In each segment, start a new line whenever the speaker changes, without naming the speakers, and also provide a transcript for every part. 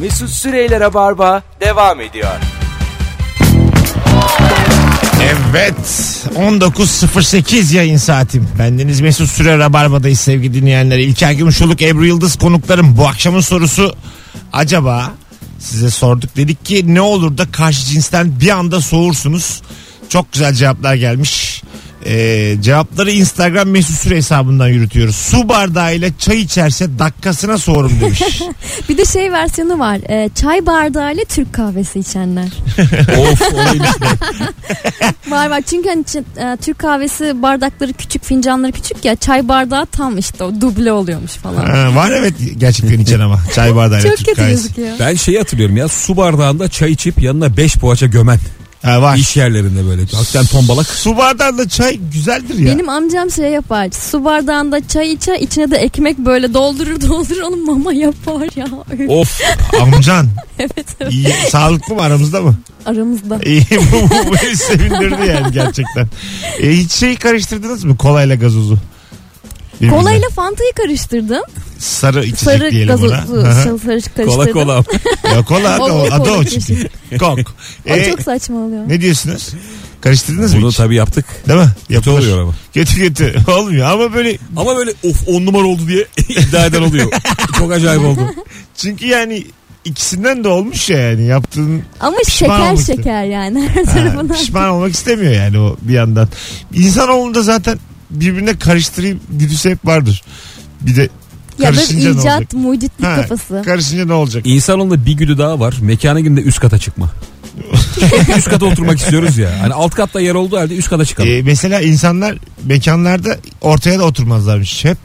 Mesut Süreyler'e barba devam ediyor.
Evet 19.08 yayın saatim. Bendeniz Mesut Süre Rabarba'dayız sevgili dinleyenler. İlker Gümüşoluk, Ebru Yıldız konuklarım. Bu akşamın sorusu acaba size sorduk. Dedik ki ne olur da karşı cinsten bir anda soğursunuz. Çok güzel cevaplar gelmiş. Ee, cevapları Instagram Mesut Süre hesabından yürütüyoruz. Su bardağıyla çay içerse dakikasına soğurum demiş.
Bir de şey versiyonu var. e, çay bardağıyla Türk kahvesi içenler.
of olayım işte.
Var var. Çünkü hani çı- e, Türk kahvesi bardakları küçük, fincanları küçük ya. Çay bardağı tam işte o duble oluyormuş falan.
Ha, var evet gerçekten içen ama çay bardağıyla
Çok
Türk
kötü
kahvesi.
gözüküyor.
Ben şeyi hatırlıyorum ya su bardağında çay içip yanına 5 poğaça gömen.
Ha, var.
İş yerlerinde böyle. Hakikaten tombalak.
Su bardağında çay güzeldir ya.
Benim amcam şey yapar. Su bardağında çay içer, içine de ekmek böyle doldurur doldurur onu mama yapar ya.
Of
Amcan.
evet evet.
iyi. Sağlıklı mı aramızda mı?
Aramızda.
İyi bu, bu, bu beni sevindirdi yani gerçekten. E, hiç şey karıştırdınız mı? Kolayla gazozu. Birbirine.
Kolayla Fanta'yı karıştırdım.
sarı içecek
Sarı
diyelim buna.
gazozu,
Hı hı.
sarı karıştırdım.
kola kola.
Ya kola adı o,
Kola,
adı o
kola
çünkü. Kok.
O
E,
çok saçmalıyor.
ne diyorsunuz? Karıştırdınız mı
Bunu
hiç?
tabii yaptık.
Değil mi?
Kötü
Yapılır.
oluyor ama.
Kötü kötü. Olmuyor ama böyle
Ama böyle of on numara oldu diye iddia eden oluyor. Çok acayip oldu.
çünkü yani ikisinden de olmuş ya yani yaptığın
Ama
Pişman
şeker
olmuştu.
şeker yani her
Ha,
tarafına.
pişman olmak istemiyor yani o bir yandan. İnsanoğlunda zaten birbirine karıştırayım güdüsü hep vardır. Bir de
ya da
karışınca ne olacak?
icat mucitlik
Ha,
kafası.
Karışınca ne olacak?
İnsanoğlunda bir güdü daha var. Mekana gidip de üst kata çıkma. üst kata oturmak istiyoruz ya. Hani alt katta yer olduğu halde üst kata çıkalım.
Ee, mesela insanlar mekanlarda ortaya da oturmazlarmış. Hep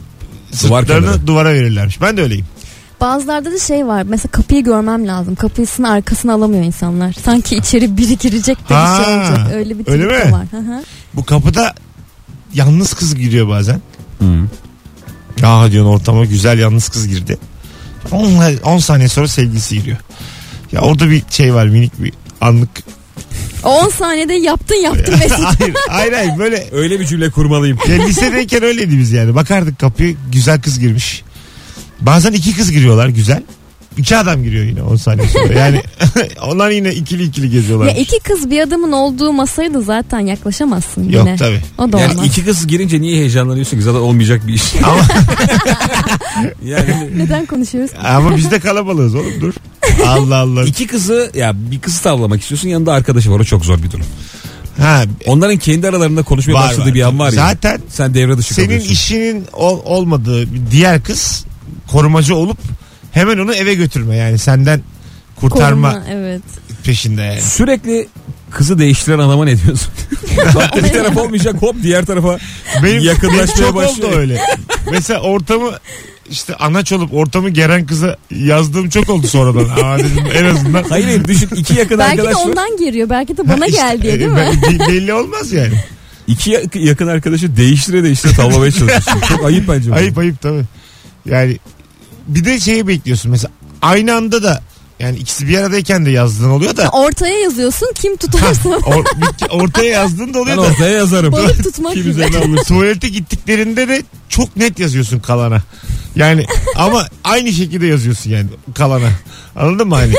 Duvar
sırtlarını
kenarı.
duvara verirlermiş. Ben de öyleyim.
Bazılarda da şey var. Mesela kapıyı görmem lazım. Kapısını arkasına alamıyor insanlar. Sanki içeri biri girecek de
Ha,
bir şey olacak. Öyle bir
öyle
tip de
mi?
var. Hı hı.
Bu kapıda yalnız kız giriyor bazen.
Hı.
Aa diyorsun ortama güzel yalnız kız girdi. 10, 10 saniye sonra sevgilisi giriyor. Ya orada bir şey var minik bir anlık.
O 10 saniyede yaptın yaptın Mesut.
hayır, hayır hayır böyle
Öyle bir cümle kurmalıyım.
Ya lisedeyken öyleydi biz yani. Bakardık kapıya güzel kız girmiş. Bazen iki kız giriyorlar güzel. İki adam giriyor yine 10 saniye sonra. Yani onlar yine ikili ikili geziyorlar.
ya iki kız bir adamın olduğu masaya da zaten yaklaşamazsın
Yok
yine.
tabii.
O da olmaz.
Yani iki kız girince niye heyecanlanıyorsun ki zaten olmayacak bir iş.
Ama-
yani
Neden konuşuyoruz?
Ama biz de kalabalığız oğlum dur. Allah Allah.
iki kızı ya bir kızı tavlamak istiyorsun yanında arkadaşı var o çok zor bir durum.
Ha,
Onların kendi aralarında konuşmaya
Var,
başladığı
var.
bir an var ya.
Zaten
sen devre dışı
senin
kalıyorsun.
işinin ol- olmadığı bir diğer kız korumacı olup hemen onu eve götürme yani senden kurtarma
Koruma, evet.
peşinde yani.
Sürekli kızı değiştiren adama ne diyorsun? Bak bir taraf olmayacak hop diğer tarafa
Benim
Yakınlaşmaya
benim çok
başlıyor.
oldu öyle. Mesela ortamı işte anaç olup ortamı geren kıza yazdığım çok oldu sonradan. Aa dedim en azından.
Hayır hayır düşün iki yakın
Belki de
arkadaş var.
ondan geliyor. Belki de bana
İşte,
gel diye değil
e,
mi?
ben- be- belli olmaz yani.
İki yak- yakın arkadaşı değiştire değiştire tavlamaya çalışıyorsun. Çok ayıp bence. bu.
Ayıp ayıp tabii. Yani bir de şeyi bekliyorsun mesela aynı anda da yani ikisi bir aradayken de yazdığın oluyor da
Ortaya yazıyorsun kim tutarsa
or- bir- ortaya yazdığın da
Ben
oluyor da
ortaya yazarım.
balık tutmak gibi.
tuvalete gittiklerinde de çok net yazıyorsun kalana. Yani ama aynı şekilde yazıyorsun yani kalana. Anladın mı hani?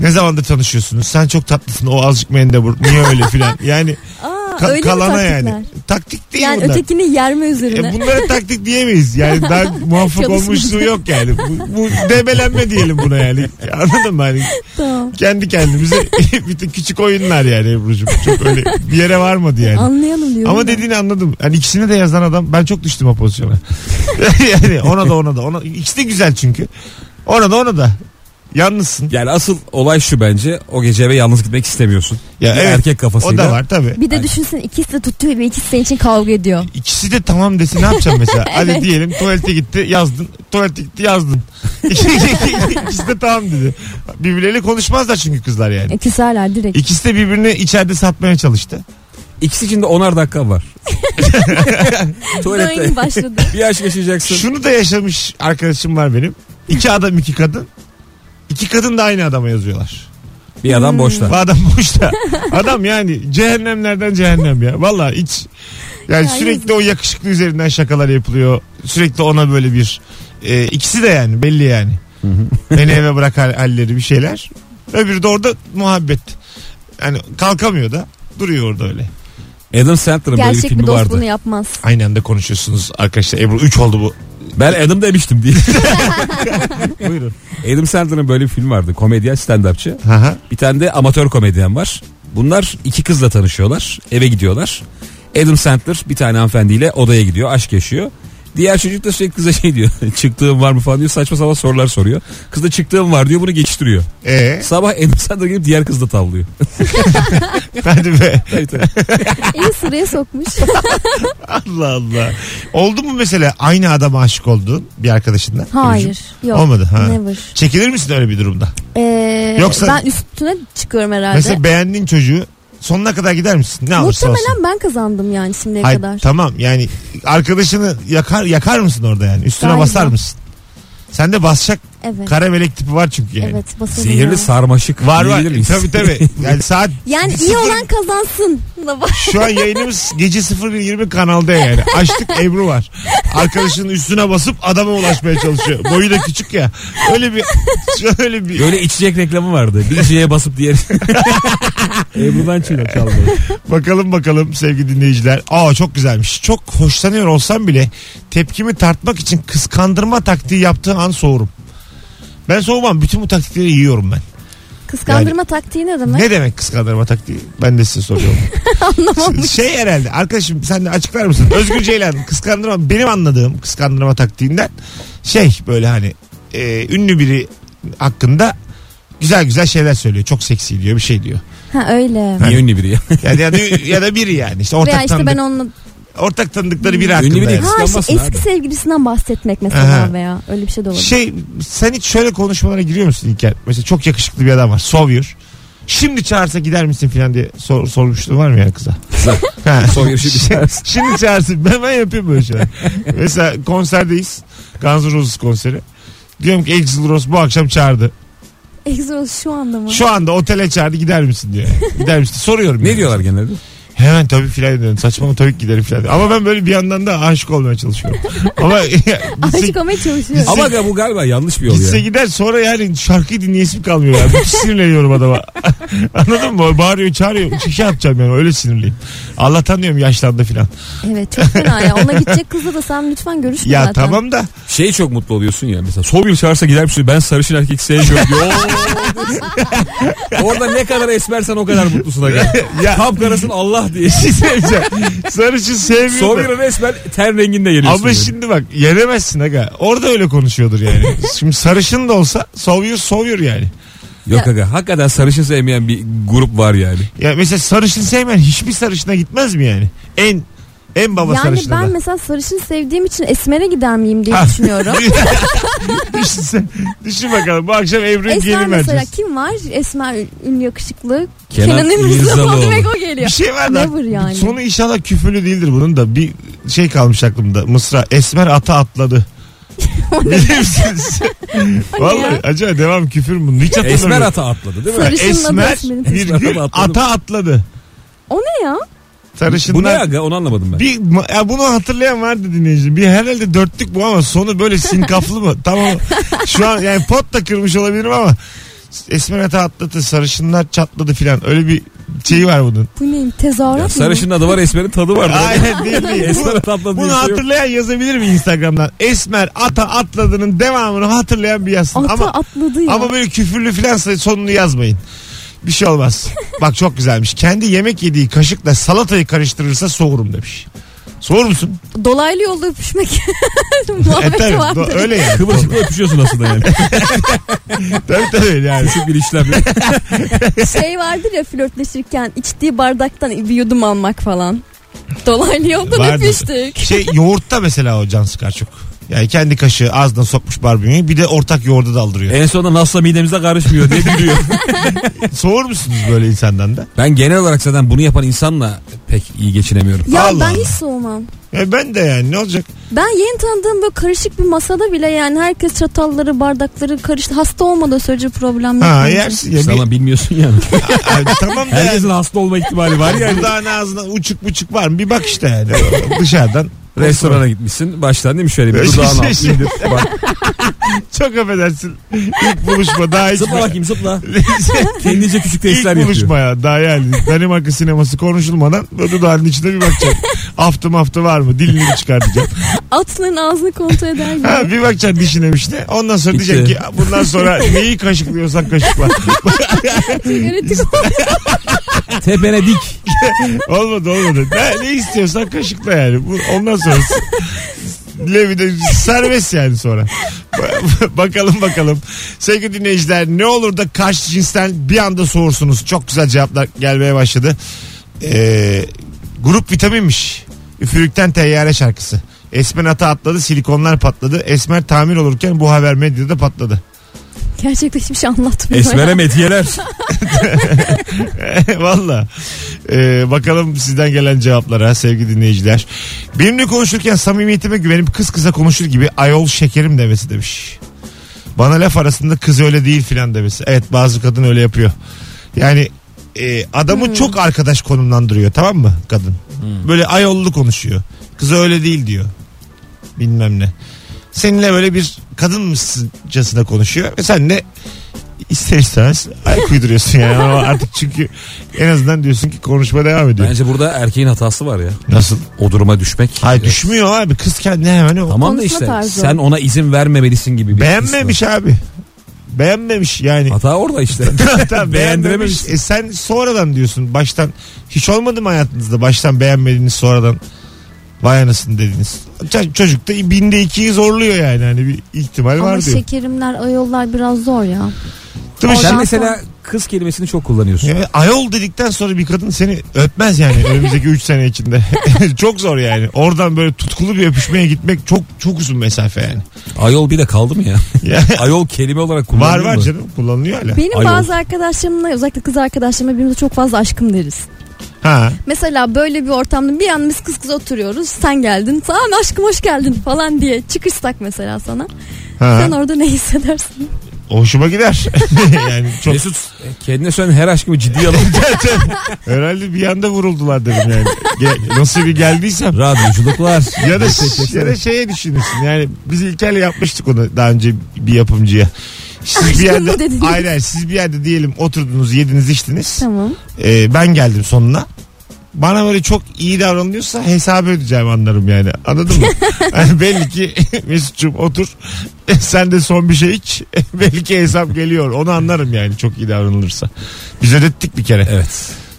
Ne zamandır tanışıyorsunuz? Sen çok tatlısın. O azıcık mendebur. Niye öyle filan? Yani
Aa,
ka-
öyle mi
kalana
taktikler?
yani. Taktik değil
Yani
bunlar.
ötekini yerme üzerine.
E bunlara taktik diyemeyiz. Yani daha muvaffak
Çalışmış.
olmuşluğu yok yani. Bu, bu debelenme diyelim buna yani. Anladın mı? Hani
Tamam.
kendi kendimize bir de küçük oyunlar yani Ebru'cum. Çok öyle bir yere varmadı yani.
Anlayalım diyorum.
Ama
ben.
dediğini anladım. Hani ikisine de yazan adam ben çok düştüm o pozisyona. yani ona da ona da ona ikisi de güzel çünkü. Ona da ona da. Yalnızsın.
Yani asıl olay şu bence o gece eve yalnız gitmek istemiyorsun.
Ya
Bir
evet,
erkek
O
kafasıyla.
da var tabii.
Bir de düşünsene ikisi de tutuyor ve ikisi senin için kavga ediyor.
İkisi de tamam desin ne yapacağım mesela? Hadi diyelim tuvalete gitti yazdın. Tuvalete gitti yazdın. İkisi de tamam dedi. Birbirleriyle konuşmazlar çünkü kızlar yani.
E, küserler direkt.
İkisi de birbirini içeride satmaya çalıştı.
İkisi için de onar dakika var. Tuvalette
Döngü başladı.
bir aşk yaşayacaksın.
Şunu da yaşamış arkadaşım var benim. İki adam iki kadın. İki kadın da aynı adama yazıyorlar.
Bir adam boşta.
Adam boşta. Adam yani cehennemlerden cehennem ya. Valla hiç yani
Ya
sürekli
yazık.
o yakışıklı üzerinden şakalar yapılıyor. Sürekli ona böyle bir e, ikisi de yani belli yani. Beni eve bırakar halleri bir şeyler. Öbürü de orada muhabbet. Yani kalkamıyor da duruyor orada öyle.
Adam Sandler'ın böyle bir
Gerçek bir
filmi
dost
vardı.
bunu yapmaz.
Aynı anda konuşuyorsunuz arkadaşlar. Ebru 3 oldu bu.
Ben Adam demiştim diye.
Buyurun.
Adam Sandler'ın böyle bir filmi vardı. Komedyen stand-upçı.
Aha.
Bir tane de amatör komedyen var. Bunlar iki kızla tanışıyorlar. Eve gidiyorlar. Adam Sandler bir tane hanımefendiyle odaya gidiyor. Aşk yaşıyor. Diğer çocuk da sürekli kıza şey diyor. Çıktığım var mı falan diyor. Saçma sapan sorular soruyor. Kız da çıktığım var diyor. Bunu geçiştiriyor.
Ee,
Sabah Adam Sandler gelip diğer kızla tavlıyor.
hadi be.
Tabii, tabii.
İyi sıraya sokmuş.
Allah Allah. Oldu mu mesela aynı adama aşık olduğun bir arkadaşından?
Hayır. Yok.
Olmadı, ha.
Never.
Çekilir misin öyle bir durumda?
Ee,
Yoksa-
ben üstüne çıkıyorum herhalde.
Mesela beğendiğin çocuğu sonuna kadar gider misin? Ne alırsa olsun.
Muhtemelen ben kazandım yani şimdiye
Hayır,
kadar.
tamam yani arkadaşını yakar yakar mısın orada yani? Üstüne
Galiba.
basar mısın? Sen de basacak
evet.
kara melek tipi var çünkü yani.
Evet basarım ya.
Zehirli sarmaşık.
Var var.
diyebilir miyiz?
Tabii tabii. Yani saat
Yani iyi olan kazansın.
şu an yayınımız gece 01.20 kanalda yani. Açtık Ebru var. Arkadaşının üstüne basıp adama ulaşmaya çalışıyor. Boyu da küçük ya. Öyle bir şöyle bir
Böyle içecek reklamı vardı. Bir şeye basıp diğer.
E,
Ebru'dan çıkıyor çalmayı.
Bakalım bakalım sevgili dinleyiciler. Aa çok güzelmiş. Çok hoşlanıyor olsam bile tepkimi tartmak için kıskandırma taktiği yaptığı an soğurum. Ben soğumam. Bütün bu taktikleri yiyorum ben.
Kıskandırma taktiği ne demek?
Ne demek kıskandırma taktiği? Ben de size soruyorum. Anlamamış. Şey herhalde. Arkadaşım sen de açıklar mısın? Özgür Ceylan kıskandırma benim anladığım kıskandırma taktiğinden şey böyle hani e, ünlü biri hakkında güzel güzel şeyler söylüyor. Çok seksi diyor bir şey diyor.
Ha öyle.
Niye ünlü biri ya?
Yani, ya, da, ya da biri yani. İşte ortak
Veya işte
tanıdık.
ben onunla
ortak tanıdıkları biri
Ünlü
hakkında.
biri.
yani.
ha, işte
Kıskanmasın
eski
abi.
sevgilisinden bahsetmek mesela
Aha.
veya öyle bir şey de olabilir.
Şey sen hiç şöyle konuşmalara giriyor musun İlker? Mesela çok yakışıklı bir adam var. Sovyur. Şimdi çağırsa gider misin filan diye sor, sormuşluğun var mı yani kıza? Ha.
Son yarışı
şey.
bitersin.
Şimdi çağırsın. Ben, ben yapıyorum böyle şeyler. Mesela konserdeyiz. Guns N' Roses konseri. Diyorum ki Axl Rose bu akşam çağırdı.
Egzoz şu anda mı?
Şu anda otele çağırdı gider misin diyor. Gider misin? Soruyorum.
Ne
yani.
diyorlar genelde?
Hemen tabii filan dedim. Saçmalama tabii ki giderim filan. Ama ben böyle bir yandan da aşık olmaya çalışıyorum. Ama
Aşık olmaya çalışıyor.
Ama ga- bu galiba yanlış bir yol
Gitse
ya.
gider sonra yani şarkıyı dinleyesim kalmıyor yani. Çok sinirleniyorum adama. Anladın mı? Bağırıyor çağırıyor. Şey yapacağım yani öyle sinirliyim. Allah'tan diyorum yaşlandı filan.
Evet çok fena ya. Ona gidecek kızla da sen lütfen görüşme
Ya
zaten.
tamam da
Şey çok mutlu oluyorsun ya mesela. Sobil çağırsa gider misin? Ben sarışın erkek sevmiyorum. diyor. Oo. Orada ne kadar esmersen o kadar mutlusun aga.
Ya.
Kapkarasın Allah diye.
bir şey söyleyeceğim. Sarışın sevmiyor da.
Sobil'e resmen ter renginde geliyorsun.
Ama şimdi bak yenemezsin aga. Orada öyle konuşuyordur yani. Şimdi sarışın da olsa sovuyor sovuyor yani.
Yok aga hakikaten sarışın sevmeyen bir grup var yani.
Ya mesela sarışın sevmeyen hiçbir sarışına gitmez mi yani? En en baba
Yani
sarışına
ben
da.
mesela sarışın sevdiğim için esmere gider miyim diye
Ha.
düşünüyorum.
düşün, sen- düşün bakalım bu akşam Ebru'ya
Esmer
gelin
mesela
vereceğiz.
kim var? Esmer ünlü yakışıklı.
Kenan
Kenan İmirzalıoğlu
İmirzalıoğlu.
demek o geliyor.
Bir şey var da.
Never yani.
Sonu inşallah küfürlü değildir bunun da. Bir şey kalmış aklımda. Mısra esmer ata atladı. Bilir misiniz?
Hani
Vallahi
ya.
acaba devam küfür mü? bunun? Hiç hatırlamıyorum.
Esmer ata atladı değil mi?
Sarı- Sarışınla
Esmer
da esmerin.
virgül
Esmer ata atladı.
ata atladı.
O ne ya?
Sarışınlar.
Bu ne aga onu anlamadım ben.
Bir, ya bunu hatırlayan vardı dinleyici. Bir herhalde dörtlük bu ama sonu böyle sinkaflı mı? Tamam. Şu an yani pot da kırmış olabilirim ama Esmer ata atladı, sarışınlar çatladı filan. Öyle bir şeyi var bunun.
Bu neyim? Tezahürat
Ya
mı?
sarışının adı var esmerin tadı var.
Aynen değil mi?
Esmer ata atladı.
Bunu
diye bir şey yok.
hatırlayan yazabilir mi Instagram'dan? Esmer ata atladığının devamını hatırlayan bir yazsın.
Ata
ama
atladı ya.
ama böyle küfürlü filan sonunu yazmayın. Bir şey olmaz. Bak çok güzelmiş. Kendi yemek yediği kaşıkla salatayı karıştırırsa soğurum demiş. Soğur musun?
Dolaylı yolda öpüşmek
E, tabii.
muhabbeti vardı.
Do- öyle yani.
Kıvırcıkla öpüşüyorsun aslında yani.
tabii tabii yani.
Küçük bir işlem.
Şey vardır ya flörtleşirken içtiği bardaktan bir yudum almak falan. Dolaylı yoldan
Vardır.
öpüştük.
Şey yoğurtta mesela o can sıkar çok. Yani kendi kaşığı ağzına sokmuş barbunyu bir de ortak yoğurda daldırıyor.
en sonunda nasılsa midemize karışmıyor diye gülüyor. E?
Soğur musunuz böyle insandan da?
Ben genel olarak zaten bunu yapan insanla pek iyi geçinemiyorum.
Ya
Allah
ben
Allah.
hiç soğumam.
Ya E, ben de yani ne olacak?
Ben yeni tanıdığım böyle karışık bir masada bile yani herkes çatalları, bardakları karıştı. Hasta olmadığı sürece problem yok.
Ha
bence.
yersin ya.
İşte
Bir,
ama bilmiyorsun yani.
Ay, tamam da yani.
Herkesin hasta olma ihtimali var yani.
Dudağın ağzına uçuk buçuk var mı? Bir bak işte yani. Dışarıdan
Restorana gitmişsin. Baştan değil mi şöyle bir
Öyle
dudağını
bir
al.
şey.
indir. Bak,
Çok affedersin. İlk buluşma daha hiç.
zıpla bakayım zıpla. Kendince küçük
şey İlk
testler yapıyor.
buluşma ya daha yani Danimarka sineması konuşulmadan böyle dudağının içine bir bakacaksın. Aftı maftı var mı dilini bir çıkartacaksın.
Atların ağzını kontrol eder gibi.
Ha, bir bakacaksın dişine işte ondan sonra
Bitti.
diyeceksin ki bundan sonra neyi kaşıklıyorsan kaşıkla.
Yönetim
Tepene dik.
olmadı olmadı. Ne, ne istiyorsan kaşıkla yani. Bu, ondan sonra Levi de serbest yani sonra. Ba- bakalım bakalım. Sevgili dinleyiciler ne olur da karşı cinsten bir anda soğursunuz. Çok güzel cevaplar gelmeye başladı. Ee, grup vitaminmiş. Üfürükten teyyare şarkısı. Esmer ata atladı silikonlar patladı. Esmer tamir olurken bu haber medyada patladı.
Gerçekten hiçbir şey anlatmıyor.
Esmere metiyeler.
Valla. Ee, bakalım sizden gelen cevaplara sevgili dinleyiciler. Benimle konuşurken samimiyetime güvenip kız kıza konuşur gibi ayol şekerim demesi demiş. Bana laf arasında kız öyle değil filan demesi. Evet bazı kadın öyle yapıyor. Yani e, adamı çok arkadaş konumlandırıyor tamam mı kadın?
Hmm.
Böyle ayollu konuşuyor. Kız öyle değil diyor. Bilmem ne. Seninle böyle bir kadınmışçasına konuşuyor ve sen de ister istemez ayak uyduruyorsun yani ama artık çünkü en azından diyorsun ki konuşma devam ediyor.
Bence burada erkeğin hatası var ya.
Nasıl?
O duruma düşmek.
Hayır
Ee,
düşmüyor abi kız kendine hemen o.
Tamam da
Konuşma
işte
tarzı.
sen ona izin vermemelisin gibi. bir
Beğenmemiş abi. Beğenmemiş yani.
his var. Hata orada işte.
Tamam,
Beğendirememiş.
beğenmemiş. E sen sonradan diyorsun baştan hiç olmadı mı hayatınızda baştan beğenmediğiniz sonradan vay anasını dediniz. Ç- Çocuk da binde ikiyi zorluyor yani hani bir ihtimal
Ama şey,
var diyor.
şekerimler ayollar biraz zor ya.
Değil mi?
Oradan
sen mesela kız kelimesini çok kullanıyorsun.
Yani ayol dedikten sonra bir kadın seni öpmez yani önümüzdeki 3 sene içinde. çok zor yani. Oradan böyle tutkulu bir öpüşmeye gitmek çok çok uzun mesafe yani.
Ayol bir de kaldı mı ya?
Ya,
Ayol kelime olarak
var
kullanılıyor
var
mu?
canım kullanılıyor hala.
Benim
Ayol.
bazı arkadaşlarımla özellikle kız arkadaşlarımla birbirimize çok fazla aşkım deriz.
Ha.
Mesela böyle bir ortamda bir an biz kız kız oturuyoruz. Sen geldin. Tamam aşkım hoş geldin falan diye çıkışsak mesela sana.
ha.
Sen orada ne hissedersin?
Hoşuma gider. yani çok
Mesut e, kendine söylen her aşkımı ciddiye alın.
herhalde bir anda vuruldular dedim yani. Ge- Nasıl bir geldiysem.
Radyoculuklar.
Ya da, ya da şeye düşünürsün yani biz İlker'le yapmıştık onu daha önce bir yapımcıya. Siz bir
Aşkım
yerde,
mı dediniz?
hayır, hayır, siz bir yerde diyelim oturdunuz yediniz içtiniz.
Tamam.
Ee, ben geldim sonuna. Bana böyle çok iyi davranılıyorsa hesabı ödeyeceğim anlarım yani. Anladın mı? Hani belli ki Mesut'cum otur. Sen de son bir şey iç. belli ki hesap geliyor. Onu anlarım yani çok iyi davranılırsa. Biz ödettik bir kere.
Evet.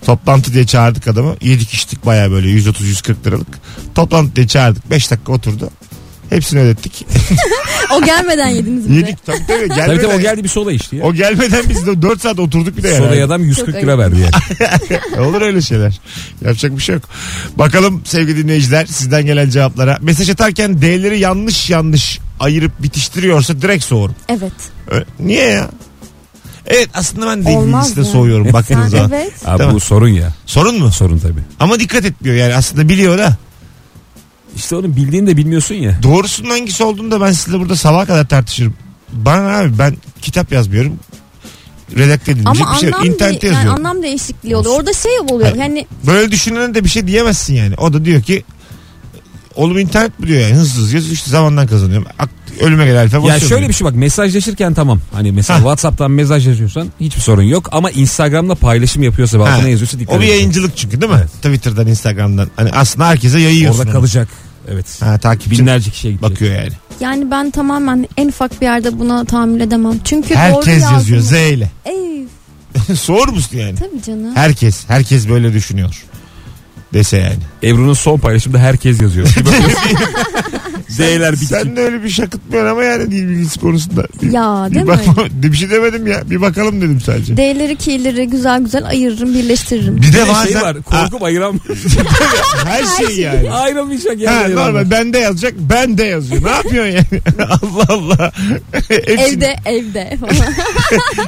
Toplantı diye çağırdık adamı. Yedik içtik baya böyle 130-140 liralık. Toplantı diye çağırdık. 5 dakika oturdu. Hepsini ödettik.
O gelmeden yediniz bir de.
Yedik tabii tabii. Gelmeden,
Tabii tabii o geldi bir soda içti ya.
o gelmeden biz de 4 saat oturduk bir de yani.
Sodaya adam 140 lira verdi yani.
E, Olur öyle şeyler. Yapacak bir şey yok. Bakalım sevgili dinleyiciler sizden gelen cevaplara. Mesaj atarken D'leri yanlış yanlış ayırıp bitiştiriyorsa direkt soğurum.
Evet.
Ö- Niye ya? Evet aslında ben
Olmaz
de de
ya.
soğuyorum
Sen
baktığınız zaman.
evet.
Abi
Tamam.
bu sorun ya.
Sorun mu?
Sorun tabii.
Ama dikkat etmiyor yani aslında biliyor da.
İşte onun bildiğini de bilmiyorsun ya.
Doğrusunun hangisi olduğunu da ben sizinle burada sabaha kadar tartışırım. Bana ne abi ben kitap yazmıyorum. Redakte edilecek
Ama
bir şey
anlam,
yok. İnternette
de- yani
yazıyorum.
anlam değişikliği oluyor. Orada şey oluyor.
Hayır.
Yani
Böyle düşünene de bir şey diyemezsin yani. O da diyor ki oğlum internet mi diyor yani hızlı hızlı yazıyor işte zamandan kazanıyorum. Ak- ölüme gel alfa
Ya şöyle bir şey bak mesajlaşırken tamam. Hani mesela
Ha.
WhatsApp'tan mesaj yazıyorsan hiçbir sorun yok. Ama Instagram'da paylaşım yapıyorsa ve altına şey yazıyorsa dikkat
O bir
edin.
yayıncılık çünkü değil mi? Twitter'dan Instagram'dan. Hani aslında herkese yayıyorsun.
Orada
onu.
kalacak. Evet.
Ha, takipçin
Binlerce kişiye gidecek.
bakıyor yani.
yani ben tamamen en ufak bir yerde buna tahammül edemem. Çünkü doğru
Herkes
yazdım.
yazıyor Z ile.
Ey,
Soğur musun yani?
tabii canım.
Herkes. Herkes böyle düşünüyor. Dese yani.
Ebru'nun son paylaşımda herkes yazıyor. Bir bakıyorsun. D'ler bitik.
Sen de öyle bir şakıtmıyorsun ama yani dil bilgisi konusunda. Bir,
Ya değil
bir,
mi?
bakma, bir şey demedim ya. Bir bakalım dedim sadece.
D'leri ki'leri güzel güzel ayırırım birleştiririm.
bir
Bir
de
de
bazen
şey var. Korkup ayıram.
Ha, her şey yani.
Ayrılmayacak yani.
Ha,
ayıramam.
normal bende yazacak ben de yazıyor. Ne yapıyorsun yani? Allah Allah. hepsini,
Evde evde falan.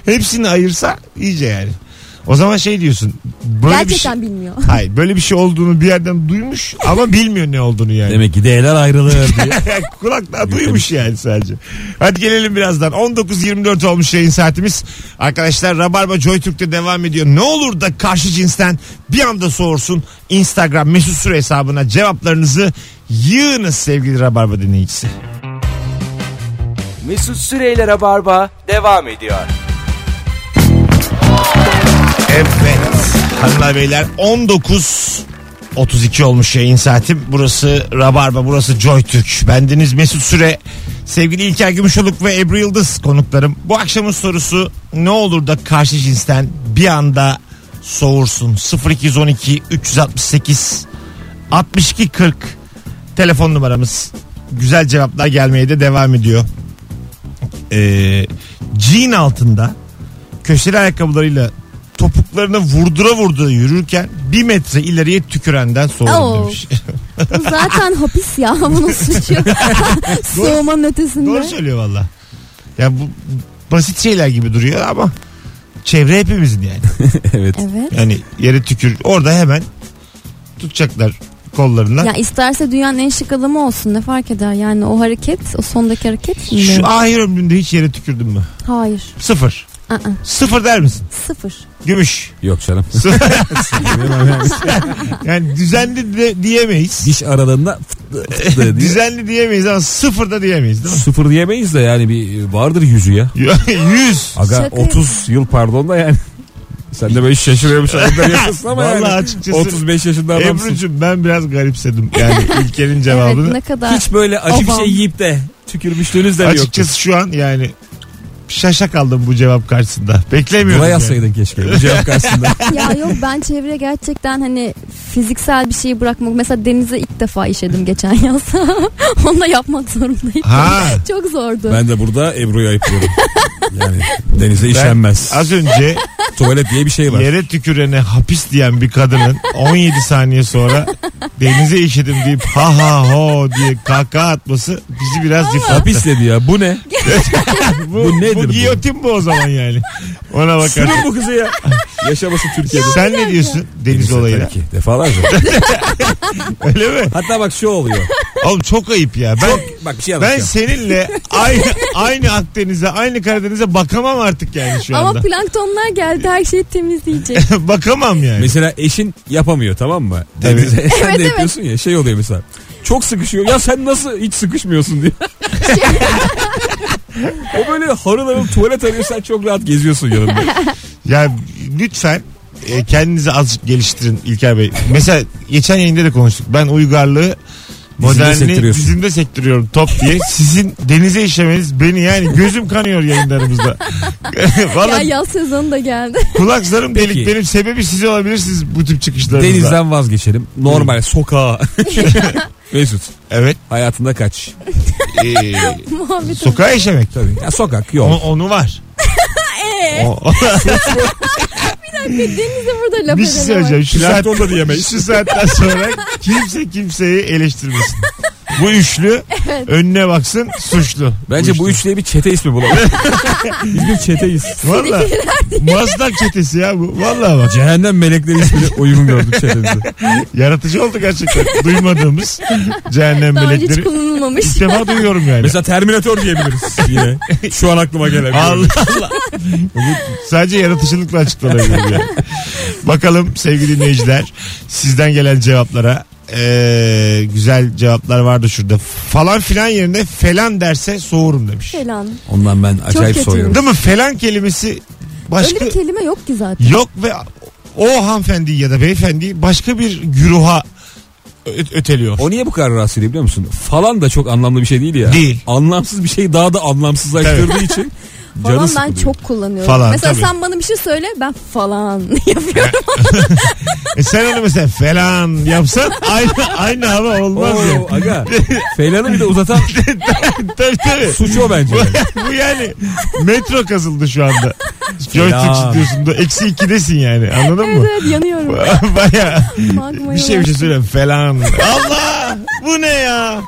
hepsini ayırsa iyice yani. O zaman şey diyorsun. Böyle bir şey,
Gerçekten bilmiyor.
hayır, böyle bir şey olduğunu bir yerden duymuş ama bilmiyor ne olduğunu yani.
Demek ki değerler ayrılır diye.
Kulaklar duymuş yani sadece. Hadi gelelim birazdan. 19.24 olmuş yayın saatimiz. Arkadaşlar Rabarba Joytürk'te devam ediyor. Ne olur da karşı cinsten bir anda soğursun. Instagram mesut süre hesabına cevaplarınızı yığınız sevgili Rabarba dinleyicisi.
Mesut Süreyler'e barba devam ediyor.
Evet hanımlar beyler 19 32 olmuş yayın saati. Burası Rabarba, burası JoyTürk. Bendeniz Mesut Süre, sevgili İlker Gümüşoluk ve Ebru Yıldız konuklarım. Bu akşamın sorusu ne olur da karşı cinsten bir anda soğursun. 0212 368 62 40 telefon numaramız. Güzel cevaplar gelmeye de devam ediyor. Ee, jean altında köşeli ayakkabılarıyla topuklarına vurdura vurdura yürürken bir metre ileriye tükürenden soğudum
Oo.
demiş.
Bu zaten hapis ya. Bunun suçu yok. Soğumanın ötesinde.
Doğru söylüyor valla. Ya bu basit şeyler gibi duruyor ama çevre hepimizin yani.
evet.
Evet.
Yani yere tükür orada hemen tutacaklar kollarından.
Ya isterse dünyanın en şık adamı olsun ne fark eder yani o hareket o sondaki hareket mi?
Şu ahir ömründe hiç yere tükürdün mü?
Hayır.
Sıfır.
Aa,
Sıfır der misin?
sıfır.
Gümüş.
Yok canım.
Yani düzenli de diyemeyiz.
Diş aralarında fıt- fıt diye.
Düzenli diyemeyiz ama sıfır da diyemeyiz değil mi?
sıfır diyemeyiz de yani bir vardır yüzü ya.
Yüz.
Aga
Şaka
30 yıl pardon da yani. Sen de böyle şaşırıyormuş hareketler yapıyorsun ama
Vallahi
yani.
açıkçası
35 yaşında adamsın.
Ebru'cum ben biraz garipsedim. Yani İlker'in cevabını.
Evet ne kadar.
Hiç böyle acı bir
Obam.
şey yiyip de tükürmüşlüğünüz de mi yok.
Açıkçası şu an yani şaşa kaldım bu cevap karşısında. Beklemiyordum.
Buna
yani.
yazsaydın keşke. Bu cevap karşısında.
Ya yok ben çevreye gerçekten hani fiziksel bir şeyi bırakmak. Mesela denize ilk defa işedim geçen yaz. Onu da yapmak zorundayım.
Ha.
Çok zordu.
ben de burada Ebru'yu ayıplıyorum. Yani denize işlenmez.
Az önce
Tuvalet diye bir şey var.
yere tükürene hapis diyen bir kadının 17 saniye sonra denize işedim deyip ha ha ho diye kahkaha atması bizi biraz yıprattı.
Hapis dedi ya. Bu ne?
Bu,
bu nedir
bu?
bu?
giyotin bu o zaman yani. Ona bakar.
Sürün bu kızı ya. Yaşaması Türkiye'de.
Sen ne diyorsun deniz
Denize
olayına?
tabii ki. Defalarca.
Öyle mi?
Hatta bak şu oluyor.
Oğlum çok ayıp ya. Ben
Çok- bak bir şey
ben
anlatacağım.
seninle aynı aynı Akdeniz'e, aynı Karadeniz'e bakamam artık yani şu
Ama
anda.
planktonlar geldi her şeyi temizleyecek.
bakamam yani.
Mesela eşin yapamıyor tamam mı? Denize sen de yapıyorsun ya şey oluyor mesela. Çok sıkışıyor. Ya sen nasıl hiç sıkışmıyorsun diye.
Şey,
o böyle harıl harıl tuvalet arıyor sen çok rahat geziyorsun yanında.
Ya lütfen e, kendinizi azıcık geliştirin İlker Bey. Mesela geçen yayında da konuştuk. Ben uygarlığı modernliği
sektiriyorsun.
dizimde sektiriyorum top diye. Sizin denize işemeniz beni yani gözüm kanıyor yayınlarımızda.
ya
Valla
yaz sezonu da geldi.
kulak zarım delik
Peki.
benim sebebi siz olabilirsiniz bu tip çıkışlarınızda.
Denizden vazgeçelim. Normal sokağa. Mesut
Evet.
hayatında kaç?
E,
Muhabbet
sokağa işemek.
Tabii. Ya sokak
O-
yol.
onu var. O-
denize burada laf
bir şey
edene
söyleyeceğim. Şu, saat,
Plankton da diyemeyiz.
şu saatten sonra kimse kimseyi eleştirmesin. Bu üçlü önüne baksın suçlu.
Bence bu üçlüye bir çete ismi bulalım. Biz bir çeteyiz.
Valla. Mazdak çetesi ya bu. Valla bak.
Cehennem melekleri ismini uygun gördüm çetemizde.
Yaratıcı oldu gerçekten. Duymadığımız cehennem
Daha önce hiç
melekleri.
kullanılmamış.
İlk defa duyuyorum yani.
Mesela Terminator diyebiliriz yine. Şu an aklıma gelen.
Allah Allah. Bu sadece yaratıcılıkla açıklanabilir yani. Bakalım sevgili dinleyiciler sizden gelen cevaplara. Ee, güzel cevaplar vardı şurada. Falan filan yerine falan derse soğurum demiş.
Falan.
Ondan ben acayip
kötü.
soruyorum.
Değil mi? Falan kelimesi başka
Öyle bir kelime yok ki zaten.
yok ve o hanımefendi ya da beyefendi başka bir güruha ö- öteliyor.
O niye bu kadar rahatsız ediyor biliyor musun? Falan da çok anlamlı bir şey değil ya.
Değil.
Anlamsız bir şey daha da anlamsızlaştırdığı için canı
Falan ben
sıkılıyor.
çok kullanıyorum.
Falan,
Mesela
tabii.
sen bana bir şey söyle ben falan yapıyorum.
E sen onu mesela falan yapsan aynı, aynı hava olmaz
Oo,
ya.
aga. Feylan'ı bir de uzatan
tabii tabii.
suç o bence.
Bu, bu yani metro kazıldı şu anda. Joystick
Falan.
stüdyosunda eksi ikidesin yani anladın mı?
evet evet yanıyorum.
Baya
Magmaya
bir şey bir şey söyle falan. Allah bu ne ya?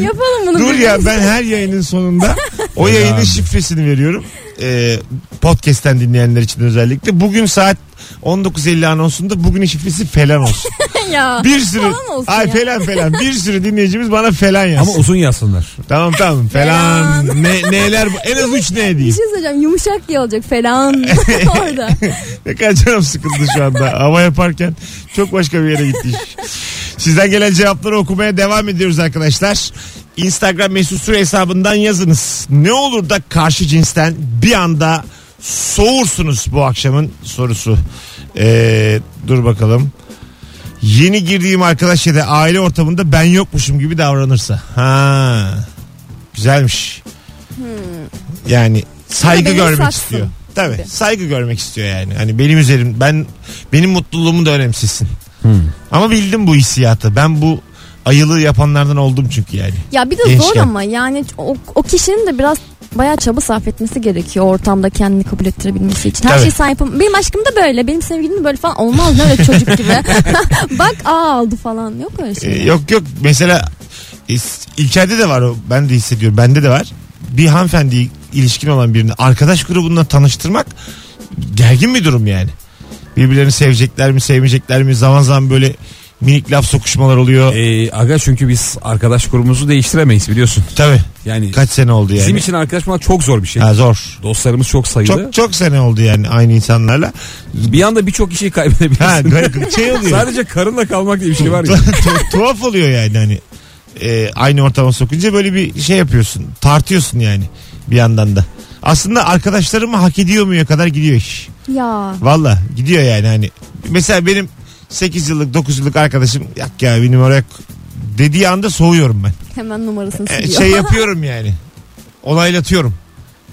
Yapalım bunu.
Dur
bir-
ya ben her yayının sonunda O
Helal
yayının
be.
şifresini veriyorum. Ee, podcast'ten dinleyenler için özellikle. Bugün saat 19.50 anonsunda bugünün şifresi falan olsun.
ya.
Bir sürü
Falan olsun
ay
ya.
falan falan bir sürü dinleyicimiz bana falan yazsın.
Ama uzun yazsınlar.
Tamam tamam falan. ne, neler bu? En az 3 ne
Bir
diyeyim.
şey söyleyeceğim yumuşak diye olacak falan orada.
Ne kadar canım sıkıldı şu anda. Hava yaparken çok başka bir yere gitti iş. Sizden gelen cevapları okumaya devam ediyoruz arkadaşlar. Instagram mesut süre hesabından yazınız. Ne olur da karşı cinsten bir anda soğursunuz bu akşamın sorusu. Ee, dur bakalım. Yeni girdiğim arkadaş ya da aile ortamında ben yokmuşum gibi davranırsa. Ha. Güzelmiş. Yani saygı
beni
görmek
sarsın.
istiyor. Tabii. Saygı görmek istiyor yani. Hani benim üzerim ben benim mutluluğumu da önemsizsin. Ama bildim bu hissiyatı. Ben bu ayılığı yapanlardan oldum çünkü yani.
Ya bir de zor
Gençken.
ama yani o, o kişinin de biraz bayağı çaba sarf etmesi gerekiyor ortamda kendini kabul ettirebilmesi için. Her
Tabii.
şeyi sen yapam. Benim aşkım da böyle. Benim sevgilim de böyle falan. Olmaz ne öyle çocuk gibi. Bak A aldı falan. Yok öyle
Ee,
şey.
yok yok mesela e, İlker'de de var o. Ben de hissediyorum. Bende de var. Bir hanımefendi ilişkin olan birini arkadaş grubundan tanıştırmak gergin bir durum yani. Birbirlerini sevecekler mi sevmeyecekler mi zaman zaman böyle minik laf sokuşmalar oluyor.
Ee, aga çünkü biz arkadaş grubumuzu değiştiremeyiz biliyorsun.
Tabii
Yani
kaç sene oldu yani.
e, bizim için arkadaş bulmak çok zor bir şey.
Ha, zor.
Dostlarımız çok sayılı.
Çok çok sene oldu yani aynı insanlarla.
Bir anda birçok kişiyi kaybedebilirsin.
Ha garip şey oluyor.
Sadece karınla kalmak diye bir şey var ya.
Tu- tu- tuhaf oluyor yani hani Ee, aynı ortama sokunca böyle bir şey yapıyorsun tartıyorsun yani bir yandan da aslında arkadaşlarımı hak ediyor muya kadar gidiyor iş
Ya.
valla gidiyor yani hani mesela benim 8 yıllık 9 yıllık arkadaşım yak ya bir numara yok dediği anda soğuyorum ben
Hemen numarasını
Ee,
siliyor.
şey yapıyorum yani onaylatıyorum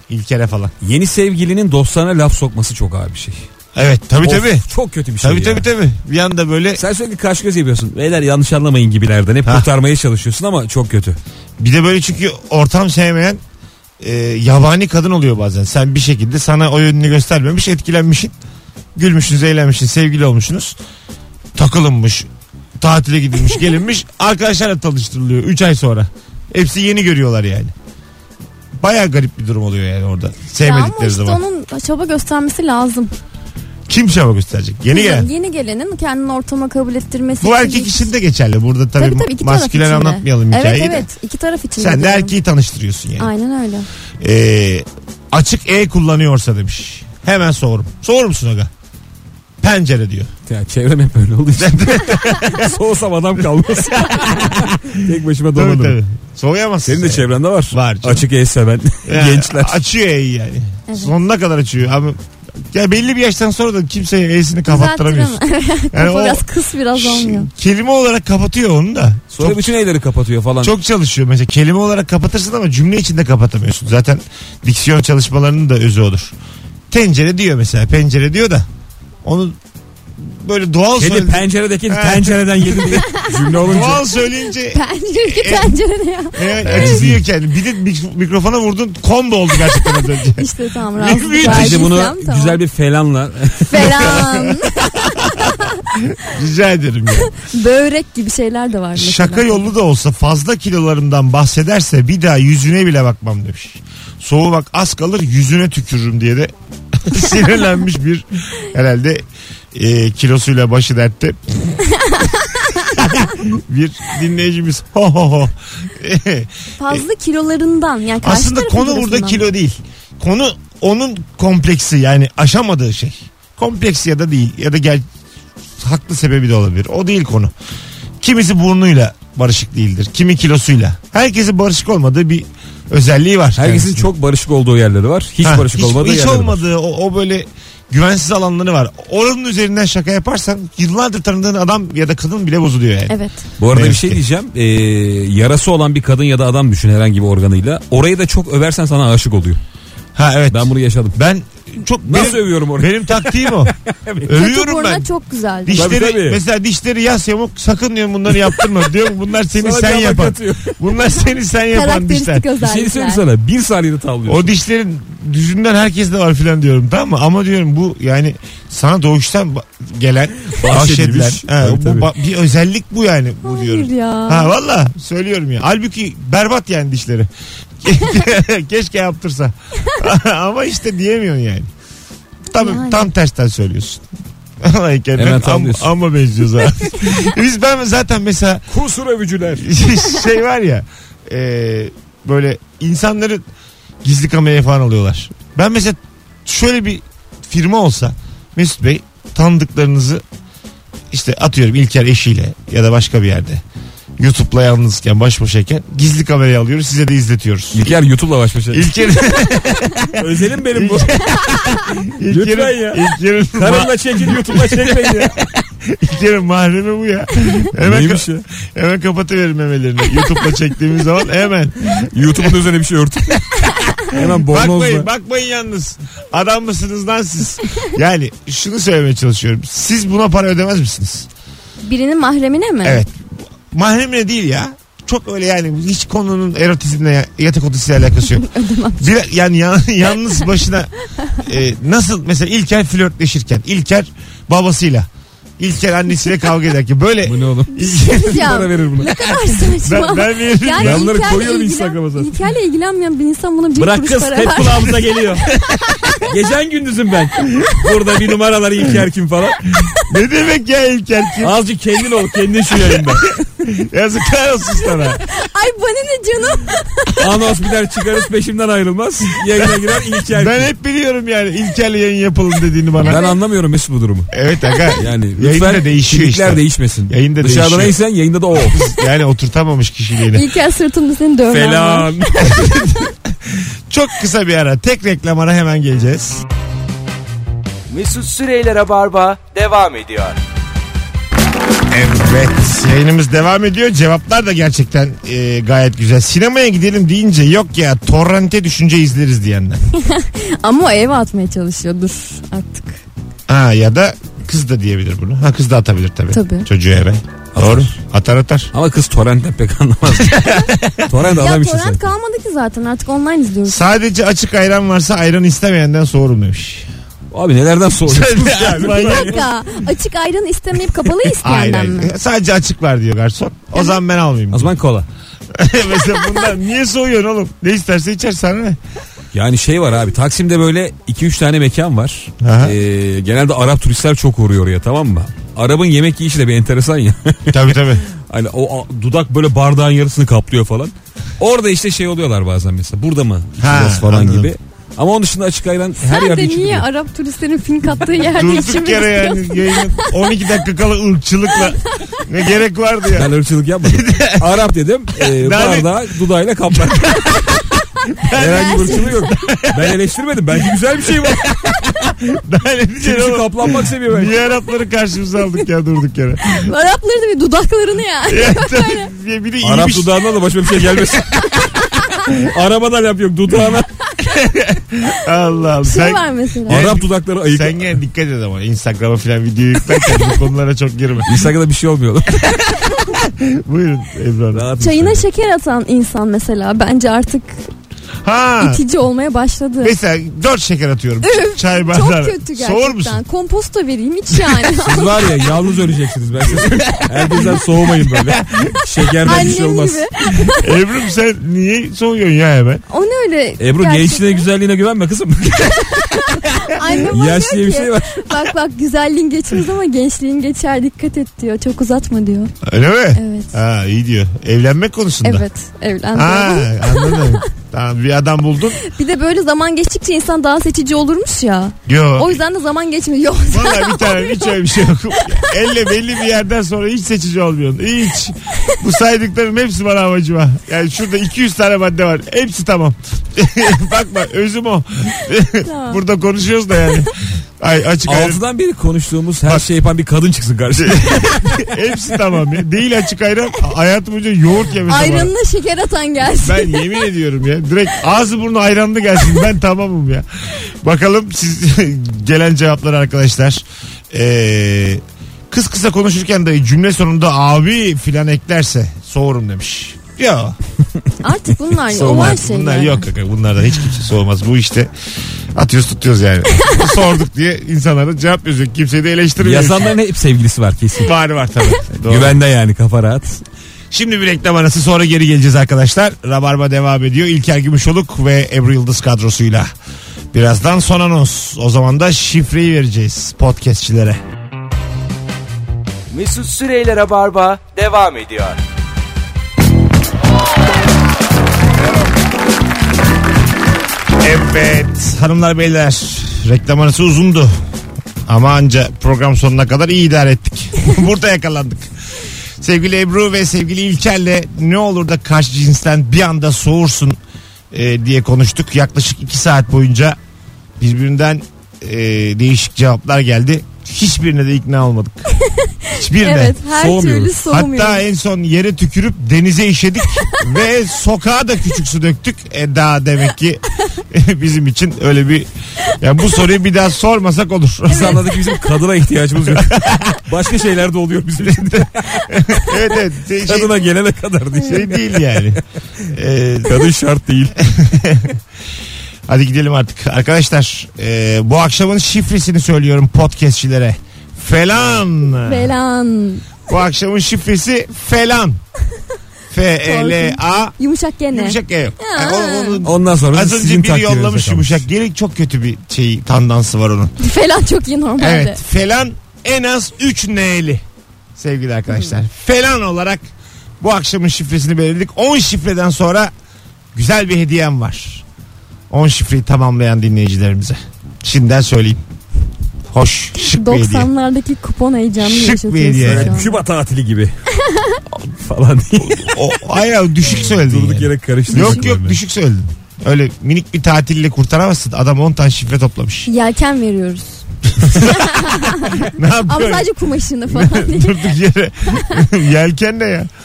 İlker'e falan
Yeni sevgilinin dostlarına laf sokması çok ağır bir şey.
evet tabi
Of,
tabi
Çok kötü bir şey
tabi
ya.
tabi tabi bir anda böyle
Sen sürekli karşı göz yapıyorsun. Beyler yanlış anlamayın gibilerden. Hep
Ha.
kurtarmaya çalışıyorsun ama çok kötü.
Bir de böyle çünkü ortam sevmeyen e, yabani kadın oluyor bazen. Sen bir şekilde sana o yönünü göstermemiş etkilenmişsin. Gülmüşsünüz eğlenmişsiniz sevgili olmuşsunuz. Takılınmış tatile gidilmiş gelinmiş arkadaşlarla tanıştırılıyor 3 ay sonra. Hepsi yeni görüyorlar yani. Baya garip bir durum oluyor yani orada.
Ya ama
Sevmedikleri
işte
zaman.
onun çaba göstermesi lazım.
Kim çaba gösterecek? Yeni gelen.
Yeni gelenin kendini ortama kabul ettirmesi.
Bu
için
erkek
bir-
için de geçerli. Burada tabii,
Tabii tabii iki taraf için
maskülen
de.
anlatmayalım hikayeyi
Evet
de.
evet iki taraf için
Sen de
diyorum.
erkeği tanıştırıyorsun yani.
Aynen öyle.
Ee, açık E kullanıyorsa demiş. Hemen soğurum. Soğur musun aga? Pencere diyor.
Ya çevrem hep böyle olduğu için. Soğusam adam kalmaz. Tek başıma
Tabii
dolanırım.
tabii. Soğuyamazsın.
Senin de
sen.
çevrende var.
Var canım.
Açık el seven
Yani
gençler.
Açıyor E'yi yani.
Evet.
Sonuna kadar açıyor. Ama ya belli bir yaştan sonra da kimseye E'sini kapattıramıyorsun. Yani
E
o
biraz kıs biraz olmuyor.
ş- kelime olarak kapatıyor onu da.
Sonra şey-
çok,
bütün elleri kapatıyor falan.
çok çalışıyor. Mesela kelime olarak kapatırsın ama cümle içinde kapatamıyorsun. Zaten diksiyon çalışmalarının da özü odur. Tencere diyor mesela. Pencere diyor da. Onu böyle doğal
Hele
söyle-
penceredeki
Ha.
tencereden yedim diye cümle olunca.
Doğal söyleyince
Pencere ki pencere ne ya?
e, acısıyor kendi. Bir de mik- mikrofona vurdun combo oldu gerçekten az önce.
E-
İşte tamam
Büyük
razı
bir
İşte
verdiysem
bunu
tamam.
güzel bir felanla
Falan.
Rica ederim ya.
Börek gibi şeyler de var mesela.
Şaka
E-
yolu da olsa fazla kilolarından bahsederse bir daha yüzüne bile bakmam demiş. Soğumak az kalır yüzüne tükürürüm diye de sinirlenmiş bir herhalde e, kilosuyla başı dertte. bir dinleyicimiz ho ho ho.
Fazla kilolarından yani karşı
Aslında
tarafın
konu burada
kilosundan.
kilo değil. Konu onun kompleksi yani aşamadığı şey. Kompleksi ya da değil ya da gel haklı sebebi de olabilir. O değil konu. Kimisi burnuyla barışık değildir. Kimi kilosuyla. Herkesin barışık olmadığı bir özelliği var.
herkesin
kendisinin.
çok barışık olduğu yerleri var. Hiç
Ha,
barışık olmadığı
hiç
yerleri var.
olmadığı o, o böyle güvensiz alanları var. Oranın üzerinden şaka yaparsan yıllardır tanıdığın adam ya da kadın bile bozuluyor yani.
Evet.
Bu arada
Evet.
bir şey diyeceğim. Ee, yarası olan bir kadın ya da adam düşün herhangi bir organıyla. Orayı da çok översen sana aşık oluyor.
Ha evet. Ben,
Ben bunu yaşadım.
çok
Nasıl
benim,
övüyorum orayı?
benim taktiğim o.
Kötü
Övüyorum
burna
ben.
çok güzeldi.
Dişleri
Tabii, tabii.
mesela dişleri yas yamuk sakın diyorum bunları yaptırma diyorum bunlar seni
Sana
sen
cevap
yapan.
atıyor.
Bunlar seni sen yapan dişler.
Karakteristik
Bir şey
özellikler.
söyleyeyim sana. Bir saniyede tavlıyorsun.
O dişlerin düzünden herkes de var filan diyorum tamam mı? Ama diyorum bu yani sana doğuştan ba- gelen
Bahşedilmiş.
bahşedilen ha,
Tabii,
bu
tabii.
ba- bir özellik bu yani bu
Hayır
diyorum.
ya.
Ha valla söylüyorum ya. Halbuki berbat yani dişleri. Keşke yaptırsa. Ama işte diyemiyorsun yani. Tam,
Yani.
tam tersten söylüyorsun. Vallahi kendine
Hemen
am-
tam diyorsun.
amma benziyoruz ha. Biz ben zaten mesela
Kusur övücüler.
şey var ya e, böyle insanları gizli kameraya falan alıyorlar. Ben mesela şöyle bir firma olsa Mesut Bey tanıdıklarınızı işte atıyorum İlker eşiyle ya da başka bir yerde YouTube'la yalnızken baş başayken gizli kameraya alıyoruz size de izletiyoruz.
İlker YouTube'la baş başa.
İlker,
Özelim benim bu.
İlker,
Lütfen ya.
İlker'in, ma-
Karımla çekin YouTube'la çekmeyin ya.
İlker'in mahremi bu ya. Hemen, ka-
Neymiş ya?
hemen kapatıverim memelerini. YouTube'la çektiğimiz zaman hemen.
YouTube'un üzerine bir şey örtün. Hemen
Bakmayın
bornozla.
bakmayın yalnız. Adam mısınız lan siz? Yani şunu söylemeye çalışıyorum. Siz buna para ödemez misiniz?
Birinin mahremine mi?
Evet. Mahremle değil ya. Çok öyle yani hiç konunun erotizmle yatak odasıyla alakası yok. Bir- yani ya- yalnız başına e, nasıl mesela İlker flörtleşirken İlker babasıyla İlker annesiyle kavga ederken böyle
Bu ne oğlum?
Ya.
Bana verir bunu.
Ne kadar saçma.
ben, ben veririm.
Yani
Ben bunları
İlker'le
koyuyorum
ilgilen-
Instagram'a zaten.
İlker'le ilgilenmeyen bir insan buna bir
Bırak
kuruş
kız
para
hep
ver.
kulağımıza geliyor. Gecen gündüzüm ben. Burada bir numaraları İlker kim falan.
Ne demek ya İlker kim?
Azıcık kendin ol kendin şu yayında.
Yazıklar olsun sana.
Ay bana ne canım.
Anons biter çıkarız peşimden ayrılmaz. Yayına girer İlker
Ben
kim.
hep biliyorum yani İlker'le yayın yapalım dediğini bana.
Ben anlamıyorum Mesut bu durumu.
Evet aga.
Yani
yayında
lütfen
değişiyor
kimlikler
işte.
değişmesin.
Yayında
Dışarıda
değişiyor.
neysen yayında da o. ol.
Yani oturtamamış kişiliğini.
İlker sırtımda seni dövmem. var.
Falan.
Çok kısa bir ara. Tek reklam ara hemen geleceğiz.
Mesut Süreyler'e barba devam ediyor.
Evet. Yayınımız devam ediyor. Cevaplar da gerçekten e, gayet güzel. Sinemaya gidelim deyince yok ya torrente düşünce izleriz diyenler.
Ama o eve atmaya çalışıyor. Dur artık.
Ha ya da kız da diyebilir bunu. Ha kız da atabilir tabii.
Tabii.
Çocuğu eve.
Atar.
Doğru. Atar atar.
Ama kız torrentten pek anlamaz. Torrent
ya
adam
şey
işte
torrent
sen.
kalmadı ki zaten. Artık online izliyoruz.
Sadece açık ayran varsa ayran istemeyenden soğurum demiş.
Abi nelerden soruyorsunuz
Manyak
yani.
Bir dakika. Açık ayranı istemeyip kapalı
Hayır,
isteyenden mi?
hayır. Sadece açık var diyor garson. O zaman ben almayayım.
O zaman kola.
Mesela bundan niye soğuyorsun oğlum? Ne isterse içer sana ne?
Yani şey var abi Taksim'de böyle 2-3 tane mekan var.
Aha.
Ee, genelde Arap turistler çok uğruyor oraya tamam mı? Arap'ın yemek yiyişi de bir enteresan ya.
tabii tabii.
hani o a- dudak böyle bardağın yarısını kaplıyor falan. Orada işte şey oluyorlar bazen mesela. Burada mı?
Ha,
Biraz falan
anladım.
gibi. Ama onun dışında açık ayran her
Sen
yerde
de
içiliyor.
niye Arap turistlerin fin kattığı yerde
şey.
şey
Durduk
içimi
yere yani yayının 12 dakikalı ırkçılıkla ne gerek vardı ya.
Ben ırkçılık yapmadım. Arap dedim. E, bardağı dudağıyla kaplar. Herhangi bir ırkçılık yok. Ben eleştirmedim. Belki güzel bir şey var.
Ben ne diyeceğim
Kimisi
oğlum?
kaplanmak seviyor belki.
Niye Arapları karşımıza aldık ya durduk yere?
Arapları da bir dudaklarını ya. Şey
Ya tabii, ya bir de iyi
Arap
bir şey-
dudağına da başka bir şey gelmesin. Arabadan laf yok dudağına.
Allah'ım
Şey
sen,
var mesela.
Arap dudakları ayık.
sen gene dikkat et ama Instagram'a falan video yüklerken bu konulara çok girme.
Instagram'da bir şey olmuyor.
Buyurun Ebru Hanım.
Rahat
Çayına
mısın?
şeker atan insan mesela bence artık
Ha.
itici olmaya başladı.
Mesela 4 şeker atıyorum. Çay
Çok
bardağı.
kötü gerçekten.
Soğur musun?
Komposto vereyim hiç yani.
Siz var ya yalnız öleceksiniz ben size. söyleyeyim. Herkesten soğumayın böyle. Şekerden bir şey
Annem
olmaz.
gibi.
Ebru'm sen niye soğuyorsun ya hemen?
O ne öyle?
Ebru
gerçekten?
gençliğine güzelliğine güvenme kızım.
Annem bana
Yaş diye
diyor
bir
ki,
şey var.
Bak bak güzelliğin geçmez ama gençliğin geçer dikkat et diyor. Çok uzatma diyor.
Öyle mi?
Evet.
Ha iyi diyor. Evlenmek konusunda.
Evet evlendim.
Ha anladım. tamam bir adam buldun.
Bir de böyle zaman geçtikçe insan daha seçici olurmuş ya.
Yo.
O yüzden de zaman geçmiyor. Yok.
Valla bir tane hiç öyle bir şey yok. Elle belli bir yerden sonra hiç seçici olmuyorsun. Hiç. Bu saydıkların hepsi bana amacıma. Yani şurada 200 tane madde var. Hepsi tamam. Bakma özüm o.
Tamam.
Burada konuşuyoruz da yani. Ay açık ayran.
Altıdan beri konuştuğumuz her şey yapan bir kadın çıksın karşıya.
Hepsi tamam ya. Değil açık ayran. Hayatım boyunca yoğurt yemesi bana.
Ayranına şeker atan gelsin.
Ben yemin ediyorum ya. Direkt ağzı burnu ayranlı gelsin. Ben tamamım ya. Bakalım siz gelen cevaplar arkadaşlar. Ee, kız kısa konuşurken de cümle sonunda abi filan eklerse soğurum demiş. Ya
Artık bunlar şey ya.
Soğuma.
Olan
bunlar,
şeyler.
bunlar yok kaka bunlardan hiç kimse soğumaz. Bu işte atıyoruz tutuyoruz yani. Sorduk diye insanlara da cevap yazıyor. Kimseyi de eleştirmiyor.
Yazanların hep sevgilisi var kesin.
Var var tabii. Doğru.
Güvende yani kafa rahat.
Şimdi bir reklam arası sonra geri geleceğiz arkadaşlar. Rabarba devam ediyor. İlker Gümüşoluk ve Ebru Yıldız kadrosuyla. Birazdan son anons. O zaman da şifreyi vereceğiz podcastçilere.
Mesut Süreyler'e barba devam ediyor.
Evet hanımlar beyler reklam arası uzundu. Ama anca program sonuna kadar iyi idare ettik. Burada yakalandık. Sevgili Ebru ve sevgili İlker'le ne olur da karşı cinsten bir anda soğursun e, diye konuştuk. Yaklaşık iki saat boyunca birbirinden e, değişik cevaplar geldi. Hiçbirine de ikna olmadık. Hiçbirine.
Evet her
Soğumuyoruz.
türlü soğumuyoruz.
Hatta en son yere tükürüp denize işedik ve sokağa da küçük su döktük. E daha demek ki bizim için öyle bir ya bu soruyu bir daha sormasak olur.
Biz anladık ki bizim kadına ihtiyacımız yok. Başka şeyler de oluyor bizim için.
evet evet. Şey, şey,
Kadına gelene kadar diye.
değil yani. E,
Kadın şart değil.
hadi gidelim artık. Arkadaşlar e, bu akşamın şifresini söylüyorum podcastçilere. Falan.
Belan.
Bu akşamın şifresi falan. F E L A
Yumuşak gene.
Yumuşak E. Yani o- onun-
Ondan sonra
Az
da
önce
sizin
biri
takdirinize
yollamış
kalmış.
yumuşak. Gerek çok kötü bir şey tandansı var onun.
Falan çok iyi normalde.
Evet falan en az 3 N'li sevgili arkadaşlar.
Hmm.
Falan olarak bu akşamın şifresini belirledik. 10 şifreden sonra güzel bir hediyem var. 10 şifreyi tamamlayan dinleyicilerimize. Şimdiden söyleyeyim. Hoş, şık bir hediye.
90'lardaki kupon heyecanını
Şık bir
yaşatıyorsun
hediye.
şu an.
Küba tatili gibi. falan diye.
O, hayır abi, düşük söyledin.
Durduk
yani.
yere karıştırdık.
Yok yok düşük söyledin. Öyle minik bir tatille kurtaramazsın. Adam 10 tane şifre toplamış.
Yelken veriyoruz.
ne
Ama
yapıyor?
sadece kumaşını falan değil.
Durduk yere. Yelken ne ya?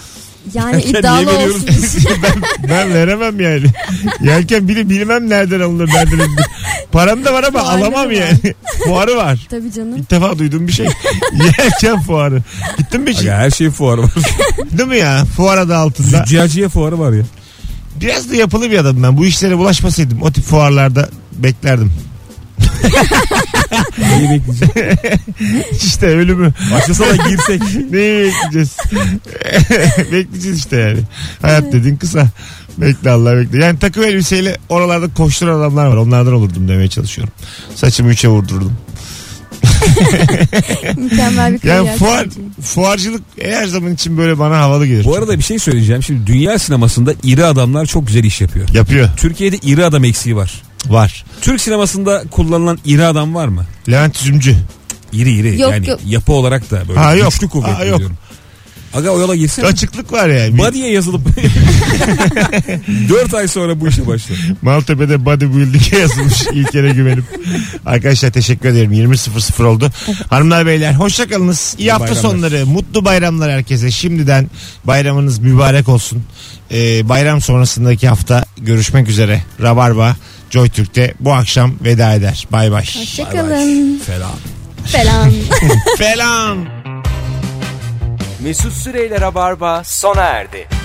Yani
Yelken
iddialı
niye veriyoruz?
olsun.
ben, ben veremem yani. Yelken bir de bilmem nereden alınır nereden alınır. Param da var ama
Fuarları
alamam
var.
yani. Fuarı var.
Tabii canım.
İlk defa duyduğum bir şey. Yelken fuarı. Gittin mi hiç?
Aga, her şeyin fuarı var.
Değil mi ya? Fuar adı altında.
Züccaciye fuarı var ya.
Biraz da yapılı bir adamım ben. Bu işlere bulaşmasaydım o tip fuarlarda beklerdim.
Neyi bekleyeceğiz?
İşte ölümü.
Başlasana girsek.
Neyi bekleyeceğiz? Bekleyeceğiz işte yani. Hayat dediğin kısa. Bekle Allah bekle. Yani takım elbiseyle oralarda koşturan adamlar var. Onlardan olurdum demeye çalışıyorum. Saçımı üçe vurdururdum.
Mükemmel bir kariyer.
Yani fuar, fuarcılık her zaman için böyle bana havalı gelir.
Bu arada bir şey söyleyeceğim. Şimdi dünya sinemasında iri adamlar çok güzel iş yapıyor.
Yapıyor.
Türkiye'de iri adam eksiği var.
Var.
Türk sinemasında kullanılan iri adam var mı?
Levent Üzümcü.
İri iri
Yok,
yani
yok.
yapı olarak da böyle
Ha, yok.
güçlü kuvvetli
Ha, yok.
diyorum. Aga o yola girsene.
Açıklık var yani. Bir
Body'ye yazılıp 4 ay sonra bu işe başlar.
Maltepe'de bodybuilding'e yazılmış İlker'e güvenip. Arkadaşlar teşekkür ederim. 20.00 oldu. Hanımlar beyler hoşçakalınız. İyi
İyi
hafta
bayramlar.
sonları. Mutlu bayramlar herkese. Şimdiden bayramınız mübarek olsun. Ee, bayram sonrasındaki hafta görüşmek üzere. Rabarba Joytürk'te bu akşam veda eder. Bay bay.
Hoşçakalın.
Falan.
Falan.
Falan.
Mesut Süreyler'e barba sona erdi.